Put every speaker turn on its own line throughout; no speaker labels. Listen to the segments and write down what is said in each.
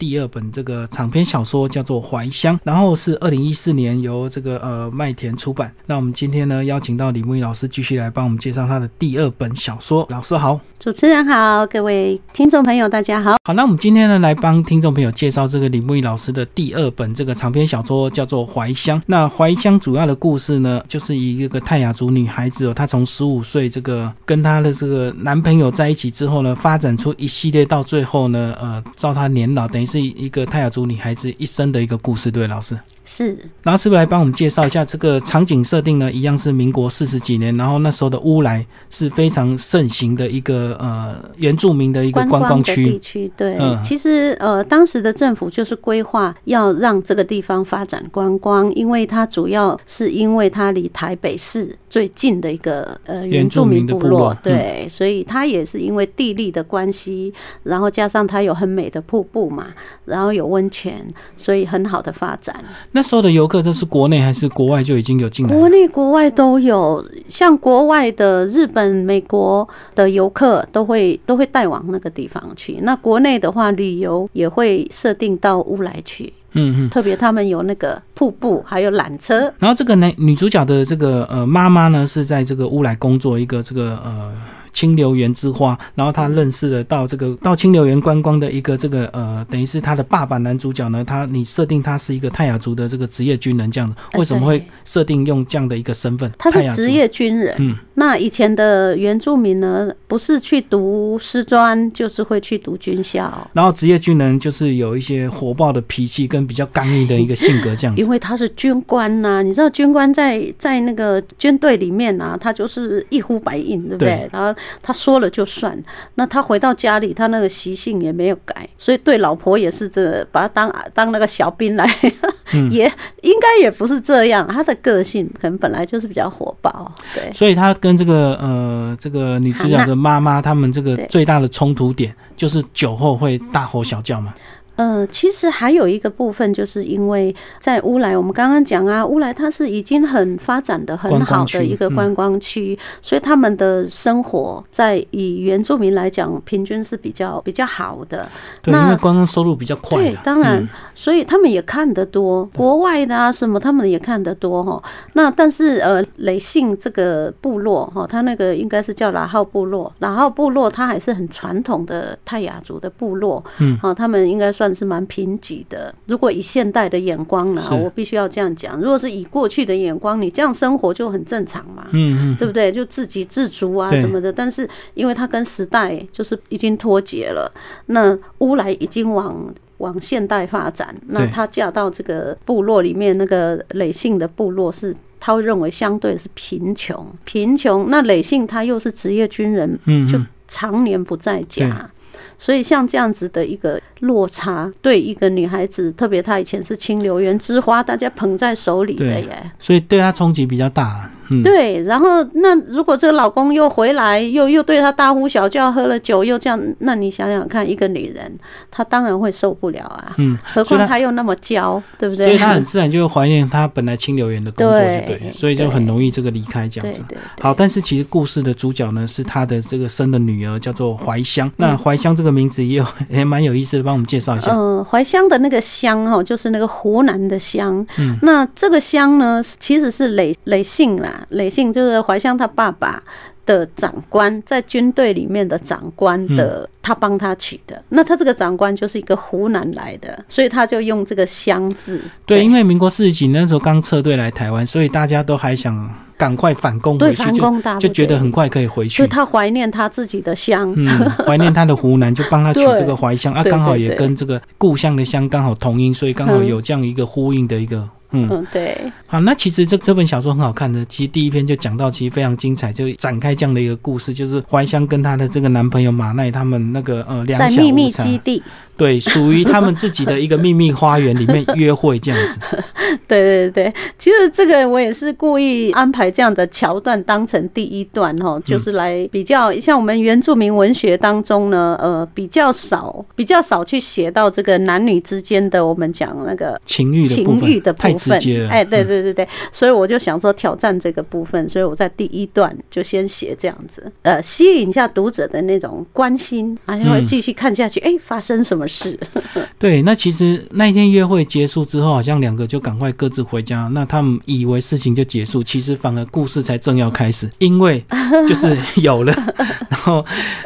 第二本这个长篇小说叫做《怀乡》，然后是二零一四年由这个呃麦田出版。那我们今天呢邀请到李木易老师继续来帮我们介绍他的第二本小说。老师好，
主持人好，各位听众朋友大家好。
好，那我们今天呢来帮听众朋友介绍这个李木易老师的第二本这个长篇小说叫做《怀乡》。那《怀乡》主要的故事呢，就是以一个泰雅族女孩子哦，她从十五岁这个跟她的这个男朋友在一起之后呢，发展出一系列到最后呢，呃，到她年老等于。是一个泰雅族女孩子一生的一个故事，对老师。
是，
然后是不是来帮我们介绍一下这个场景设定呢？一样是民国四十几年，然后那时候的乌来是非常盛行的一个呃原住民的一个观光区
地区。对，嗯、其实呃当时的政府就是规划要让这个地方发展观光，因为它主要是因为它离台北市最近的一个呃
原住民部落，嗯、
对，所以它也是因为地利的关系，然后加上它有很美的瀑布嘛，然后有温泉，所以很好的发展。
那时候的游客都是国内还是国外就已经有进来？
国内国外都有，像国外的日本、美国的游客都会都会带往那个地方去。那国内的话，旅游也会设定到乌来去。
嗯嗯，
特别他们有那个瀑布，还有缆车。
然后这个男女主角的这个呃妈妈呢，是在这个乌来工作一个这个呃。清流园之花，然后他认识了到这个呃到清流园观光的一个这个呃，等于是他的爸爸男主角呢，他你设定他是一个泰雅族的这个职业军人这样子，为什么会设定用这样的一个身份？
他是职业军人。
嗯，
那以前的原住民呢，不是去读师专，就是会去读军校。
然后职业军人就是有一些火爆的脾气跟比较刚毅的一个性格这样子。
因为他是军官呐、啊，你知道军官在在那个军队里面啊，他就是一呼百应，对不对？
对
然后。他说了就算，那他回到家里，他那个习性也没有改，所以对老婆也是这，把他当当那个小兵来，嗯、 也应该也不是这样。他的个性可能本来就是比较火爆，对。
所以他跟这个呃这个女主角的妈妈他们这个最大的冲突点就是酒后会大吼小叫嘛。
呃，其实还有一个部分，就是因为在乌来，我们刚刚讲啊，乌来它是已经很发展的很好的一个观光区，嗯、所以他们的生活在以原住民来讲，平均是比较比较好的。
对，因为观光收入比较快。嗯
对，当然，嗯、所以他们也看得多，国外的啊什么，他们也看得多哈。那但是呃，雷信这个部落哈，他那个应该是叫拉浩部落，拉浩部落它还是很传统的泰雅族的部落，
嗯，
好，他们应该算。算是蛮贫瘠的。如果以现代的眼光呢、啊，我必须要这样讲。如果是以过去的眼光，你这样生活就很正常嘛，
嗯嗯，
对不对？就自给自足啊什么的。但是因为它跟时代就是已经脱节了，那乌来已经往。往现代发展，那她嫁到这个部落里面，那个累姓的部落是，她会认为相对是贫穷，贫穷。那累姓他又是职业军人，
嗯，
就常年不在家。所以像这样子的一个落差，对一个女孩子，特别她以前是清流园之花，大家捧在手里的耶，
所以对她冲击比较大、啊。嗯，
对。然后那如果这个老公又回来，又又对她大呼小叫，喝了酒又这样，那你想想看，一个女人她当然会受不了啊。
嗯，
何况她又那么娇，对不对？
所以她很自然就会怀念她本来清流园的工作，对，
对
所以就很容易这个离开这样子。
对对对
好，但是其实故事的主角呢是她的这个生的女儿叫做怀香，那怀香这个名字也有也蛮有意思的，帮我们介绍一下。
嗯、呃，怀香的那个香哈、哦，就是那个湖南的香。
嗯，
那这个香呢其实是累累姓啦。雷信就是怀乡他爸爸的长官，在军队里面的长官
嗯
的，他帮他取的。那他这个长官就是一个湖南来的，所以他就用这个“乡”字。
对，因为民国四十几那时候刚撤退来台湾，所以大家都还想。赶快反攻回去，
反攻大
就就觉得很快可以回去。
所以他怀念他自己的乡，
嗯，怀念他的湖南，就帮他取这个怀乡啊，刚好也跟这个故乡的乡刚好同音，所以刚好有这样一个呼应的一个，嗯，
嗯对。
好，那其实这这本小说很好看的，其实第一篇就讲到，其实非常精彩，就展开这样的一个故事，就是怀乡跟她的这个男朋友马奈他们那个呃两
在秘密基地。
对，属于他们自己的一个秘密花园里面约会这样子。
对对对，其实这个我也是故意安排这样的桥段当成第一段
嗯
哈，就是来比较像我们原住民文学当中呢，呃，比较少比较少去写到这个男女之间的我们讲那个
情欲的
情欲的
太直接了。嗯
哎，对对对对，所以我就想说挑战这个部分，所以我在第一段就先写这样子，呃，吸引一下读者的那种关心，而且会继续看下去，哎，发生什么？么事。
对，那其实那一天约会结束之后，好像两个就赶快各自回家。那他们以为事情就结束，其实反而故事才正要开 始，因为就是有了。 然后，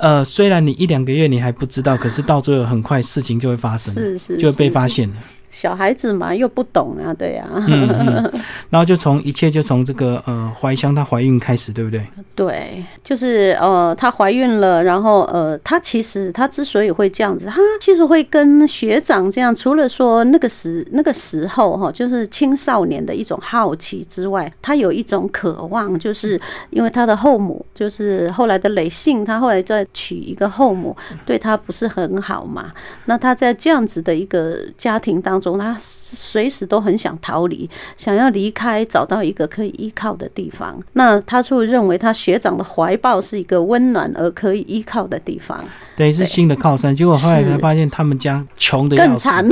呃，虽然你一两个月你还不知道，可是到最后很快事情就会发生，
是是，
就会被发现了。
小孩子嘛，又不懂啊，对呀、啊
嗯 嗯。然后就从一切就从这个呃怀香她怀孕开始，对不对？
对，就是呃她怀孕了，然后呃她其实她之所以会这样子，她其实会跟学长这样，除了说那个时那个时候哈，就是青少年的一种好奇之外，她有一种渴望，就是因为她的后母，就是后来的雷信，她后来再娶一个后母，对她不是很好嘛？那她在这样子的一个家庭当中。中，他随时都很想逃离，想要离开，找到一个可以依靠的地方。那他就认为他学长的怀抱是一个温暖而可以依靠的地方，
等于是新的靠山。结果后来才发现，他们家穷的
更惨。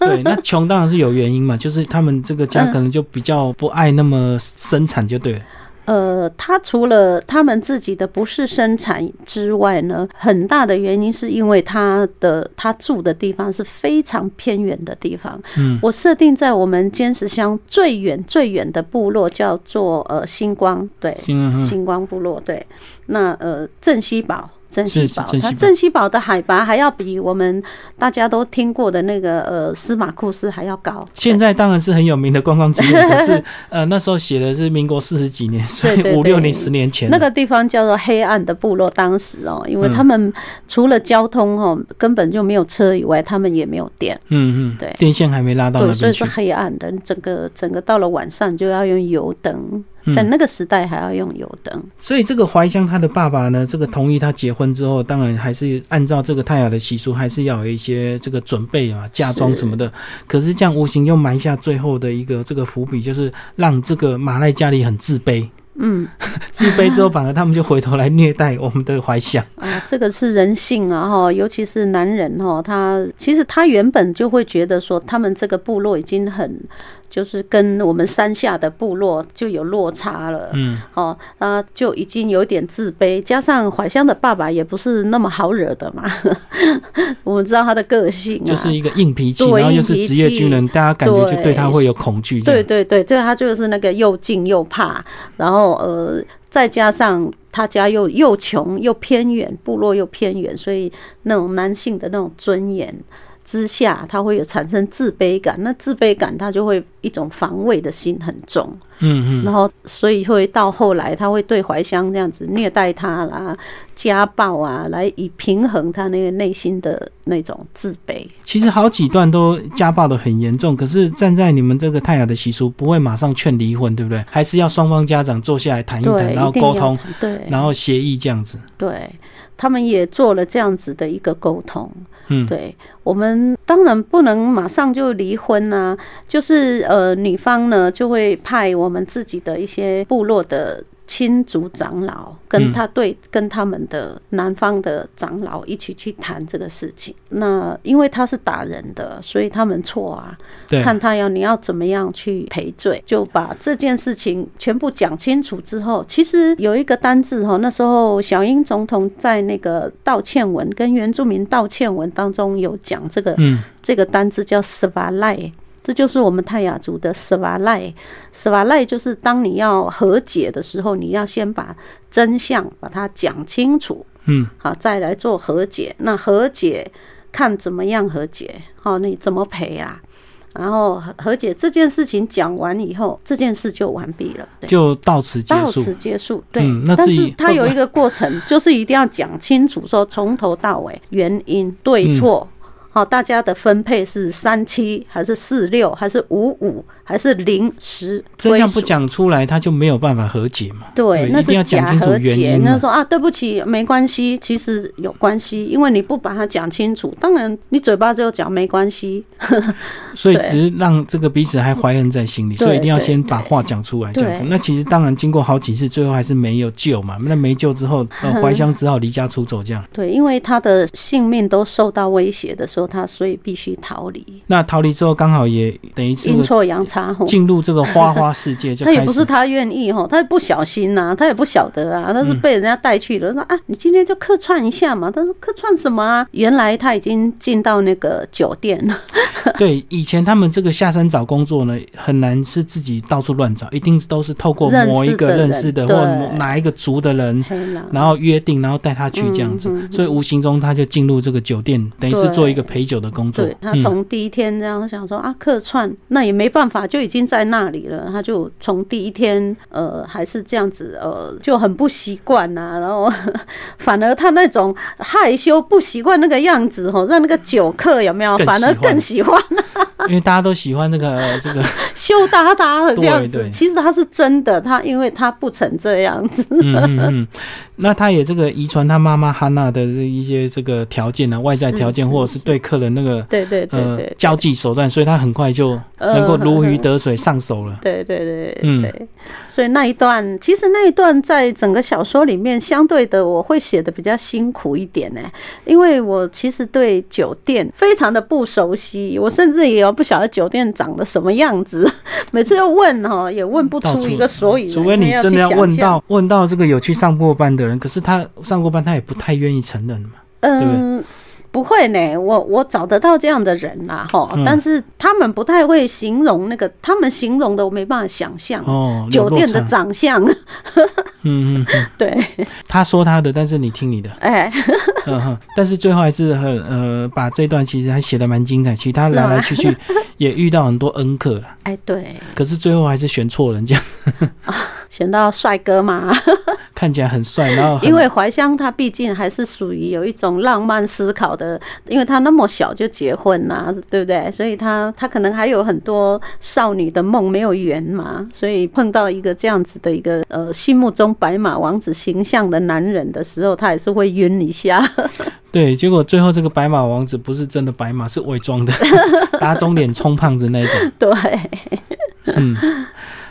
对，那穷当然是有原因嘛，就是他们这个家可能就比较不爱那么生产，就对了。
呃，他除了他们自己的不是生产之外呢，很大的原因是因为他的他住的地方是非常偏远的地方。嗯，我设定在我们尖石乡最远最远的部落叫做呃星光，对，
星
星光部落，对。那呃镇西堡。镇西堡，它镇西堡的海拔还要比我们大家都听过的那个呃司马库斯还要高。
现在当然是很有名的观光景点，可 是呃那时候写的是民国四十几年，所以五六年、十年前
那个地方叫做黑暗的部落。当时哦，因为他们除了交通哦、嗯、根本就没有车以外，他们也没有电。
嗯嗯，
对，
电线还没拉到那边
所以是黑暗的。整个整个到了晚上就要用油灯。在那个时代还要用油灯、嗯，
所以这个怀香他的爸爸呢，这个同意他结婚之后，当然还是按照这个泰雅的习俗，还是要有一些这个准备啊，嫁妆什么的。可是这样无形又埋下最后的一个这个伏笔，就是让这个马赖家里很自卑。
嗯，
自卑之后，反而他们就回头来虐待我们的怀想
啊，这个是人性啊哈，尤其是男人哈，他其实他原本就会觉得说，他们这个部落已经很，就是跟我们山下的部落就有落差了，
嗯，
哦，啊，就已经有点自卑，加上怀香的爸爸也不是那么好惹的嘛， 我们知道他的个性、啊，
就是一个硬脾气，然后又是职业军人，大家感觉就对他会有恐惧，
对对对，对他就是那个又敬又怕，然后。呃，再加上他家又又穷又偏远，部落又偏远，所以那种男性的那种尊严之下，他会有产生自卑感。那自卑感，他就会一种防卫的心很重。
嗯
嗯。然后，所以会到后来，他会对怀香这样子虐待他啦、家暴啊，来以平衡他那个内心的那种自卑。
其实好几段都家暴的很严重，可是站在你们这个泰雅的习俗，不会马上劝离婚，对不对？还是要双方家长坐下来谈一谈，然后沟通，
对，
然后协议这样子。
对，他们也做了这样子的一个沟通。
嗯，
对我们当然不能马上就离婚呐、啊，就是呃，女方呢就会派我们自己的一些部落的。亲族长老跟他对跟他们的南方的长老一起去谈这个事情。那因为他是打人的，所以他们错啊。看他要你要怎么样去赔罪，就把这件事情全部讲清楚之后，其实有一个单字哈，那时候小英总统在那个道歉文跟原住民道歉文当中有讲这个，
嗯，
这个单字叫 s v a l a 这就是我们泰雅族的 s v a l a s v a l a 就是当你要和解的时候，你要先把真相把它讲清楚，
嗯，
好，再来做和解。那和解看怎么样和解，好、哦，你怎么赔啊？然后和解这件事情讲完以后，这件事就完毕了，对
就到此结束。
到此结束，对。
嗯、那
但是它有一个过程，就是一定要讲清楚，说从头到尾原因对错。嗯好，大家的分配是三七还是四六还是五五还是零十？
真相不讲出来，他就没有办法和解嘛。
对，
對
那
是
假和解。
那
说啊，对不起，没关系，其实有关系，因为你不把它讲清楚。当然，你嘴巴只有讲没关系，
所以只是让这个彼此还怀恨在心里，所以一定要先把话讲出来，这样子。那其实当然，经过好几次，最后还是没有救嘛。那没
嗯
救之后，呃，怀香只好离家出走，这样。
对，因为他的性命都受到威胁的时候。时候，他所以必须逃离，
那逃离之后，刚好也等于这
阴
个
错阳差吼。
进入这个花花世界，就
他
开
也
始
不是他愿意吼，他也不小心呐、他也不晓得啊，他是被人家带去了。
嗯
说啊，你今天就客串一下嘛。他说客串什么啊？原来他已经进到那个酒店了，
对以前他们这个下山找工作呢，很难是自己到处乱找，一定都是透过
认识
某一个
的
认
人
识的
对嗯
或某哪一个族的 人，
黑啦
然后约定，然后带他去这样子，所以无形中他就进入这个酒店，等于是
嗯对
做一个陪酒的工作
对。他
嗯，
从第一天这样想说啊，客串那也没办法，就已经在那里了。他就从第一天呃还是这样子呃就很不习惯呐，然后 反而他那种啊害羞不习惯那个样子哦，让那个酒客有没有
更
反而
喜欢
更喜欢
因为大家都喜欢这个呃这个，
羞答答的这样
对
子
对。
其实他是真的，他因为他不成这样子，
嗯嗯嗯。 那他也这个遗传他妈妈哈娜的这一些这个条件啊，外在
是
条件
是
或者是对客人那个
对对对
呃
对呃
交际手段，所以他很快就能够如鱼得水上手了。
对对对
嗯
对对，所以那一段其实那一段在整个小说里面，相对的我会写的比较辛苦一点呢、因为我其实对酒店非常的不熟悉，我甚至也不晓得酒店长得什么样子，每次要问哈也问不
到
出
处
一个所以然，
除非你
因为
真的要
去想
问
象
到问到这个有去上过班的人，可是他上过班，他也不太愿意承认嘛。
嗯，不会呢，我我找得到这样的人啦，哈
嗯，
但是他们不太会形容那个，他们形容的我没办法想象。
哦，有
酒
落
店的
差
长相，
嗯嗯嗯，
对，
他说他的，但是你听你的，
哎，
嗯哼。但是最后还是很呃，把这段其实还写的蛮精彩，其实他
是吗
来来去 去也遇到很多恩客了，
哎，对，
可是最后还是选错人，这样
选到帅哥嘛，
看起来很帅，然后很
因为怀乡他毕竟还是属于有一种浪漫思考的，因为他那么小就结婚呐、对不对？所以他他可能还有很多少女的梦没有圆嘛，所以碰到一个这样子的一个呃心目中白马王子形象的男人的时候，他也是会晕一下。
对，结果最后这个白马王子不是真的白马，是伪装的， 打肿脸充胖子那一种。
对，
嗯，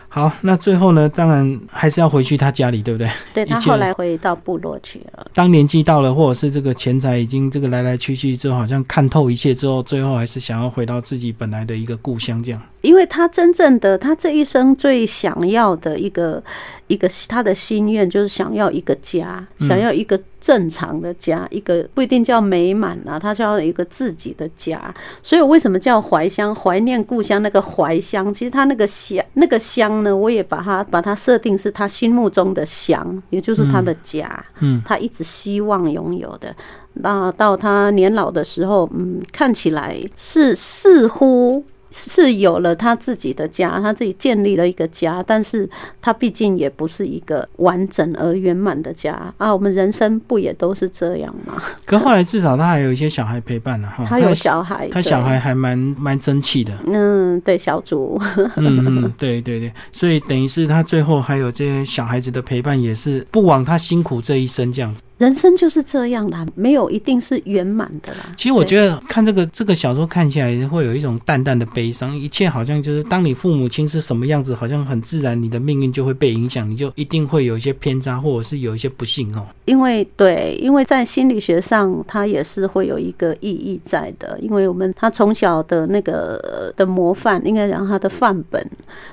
好，那最后呢，当然还是要回去他家里，对不对？
对
一
他
切
后来回到部落去了。
当年纪到了，或者是这个钱财已经这个来来去去之后，好像看透一切之后，最后还是想要回到自己本来的一个故乡，这样。
因为他真正的他这一生最想要的一个一个他的心愿就是想要一个家，
嗯
想要一个正常的家，一个不一定叫美满啊，他想要一个自己的家。所以我为什么叫怀乡？怀念故乡那个怀乡，其实他那个乡那个乡呢，我也把它把它设定是他心目中的乡，也就是他的家。
嗯
他一直希望拥有的。那到他年老的时候，嗯，看起来是似乎是有了他自己的家，他自己建立了一个家，但是他毕竟也不是一个完整而圆满的家啊。我们人生不也都是这样吗？
可后来至少他还有一些小孩陪伴了、啊哈。
他有小孩，
哦他
对
小孩，还蛮蛮争气的，
嗯，对，小组，
嗯嗯，对对对，所以等于是他最后还有这些小孩子的陪伴，也是不枉他辛苦这一生这样子。
人生就是这样啦，没有一定是圆满的啦。
其实我
得，
觉得看这个这个小说看起来会有一种淡淡的悲伤，一切好像就是当你父母亲是什么样子，好像很自然你的命运就会被影响，你就一定会有一些偏差，或者是有一些不幸哦。
因为对，因为在心理学上，它也是会有一个意义在的，因为我们他从小的那个呃的模范，应该讲他的范本，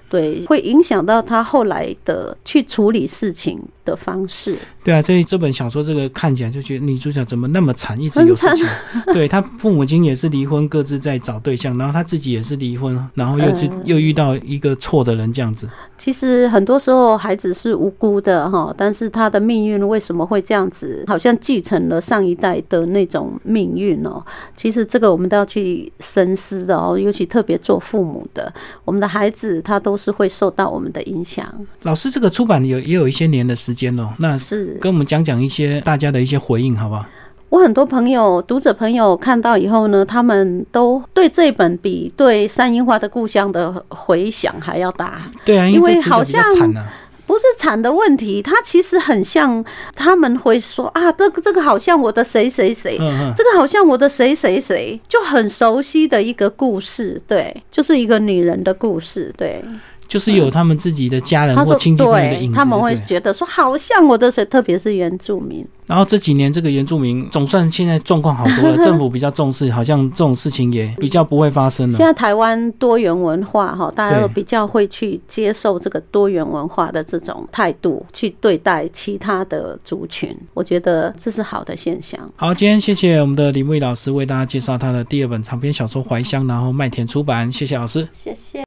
对，会影响到他后来的去处理事情的方式。
对啊，这这本小说这个看起来就觉得女主角怎么那么惨，一直有事情。对她父母亲也是离婚，各自在找对象，然后她自己也是离婚，然后又是、
嗯
又遇到一个错的人这样子。
其实很多时候孩子是无辜的哈，但是他的命运为什么会这样子？好像继承了上一代的那种命运哦。其实这个我们都要去深思的哦，尤其特别做父母的，我们的孩子他都是会受到我们的影响。
老师，这个出版有也有一些年的时间了，那
是
跟我们讲讲一些大家的一些回应，好不好？
我很多朋友、读者朋友看到以后呢，他们都对这本比对山樱花的故乡的回响还要大。
对啊，
因
为这
为
主角
好
比较
像
惨啊。
不是惨的问题，它其实很像他们会说啊，这个这个好像我的谁谁谁。
嗯嗯，
这个好像我的谁谁谁就很熟悉的一个故事，对，就是一个女人的故事，对，
就是有他们自己的家人
嗯他
或
说
亲戚朋友的
对
影，子，
他们会
对
觉得说好像我的谁，特别是原住民，
然后这几年这个原住民总算现在状况好多了，政府比较重视，好像这种事情也比较不会发生
现
了。
在台湾多元文化哈，大家
对
都比较会去接受这个多元文化的这种态度，去对待其他的族群，我觉得这是好的现象。
好，今天谢谢我们的林蔚老师为大家介绍他的第二本长篇小说《怀乡》，然后麦田出版，谢谢老师。
谢谢。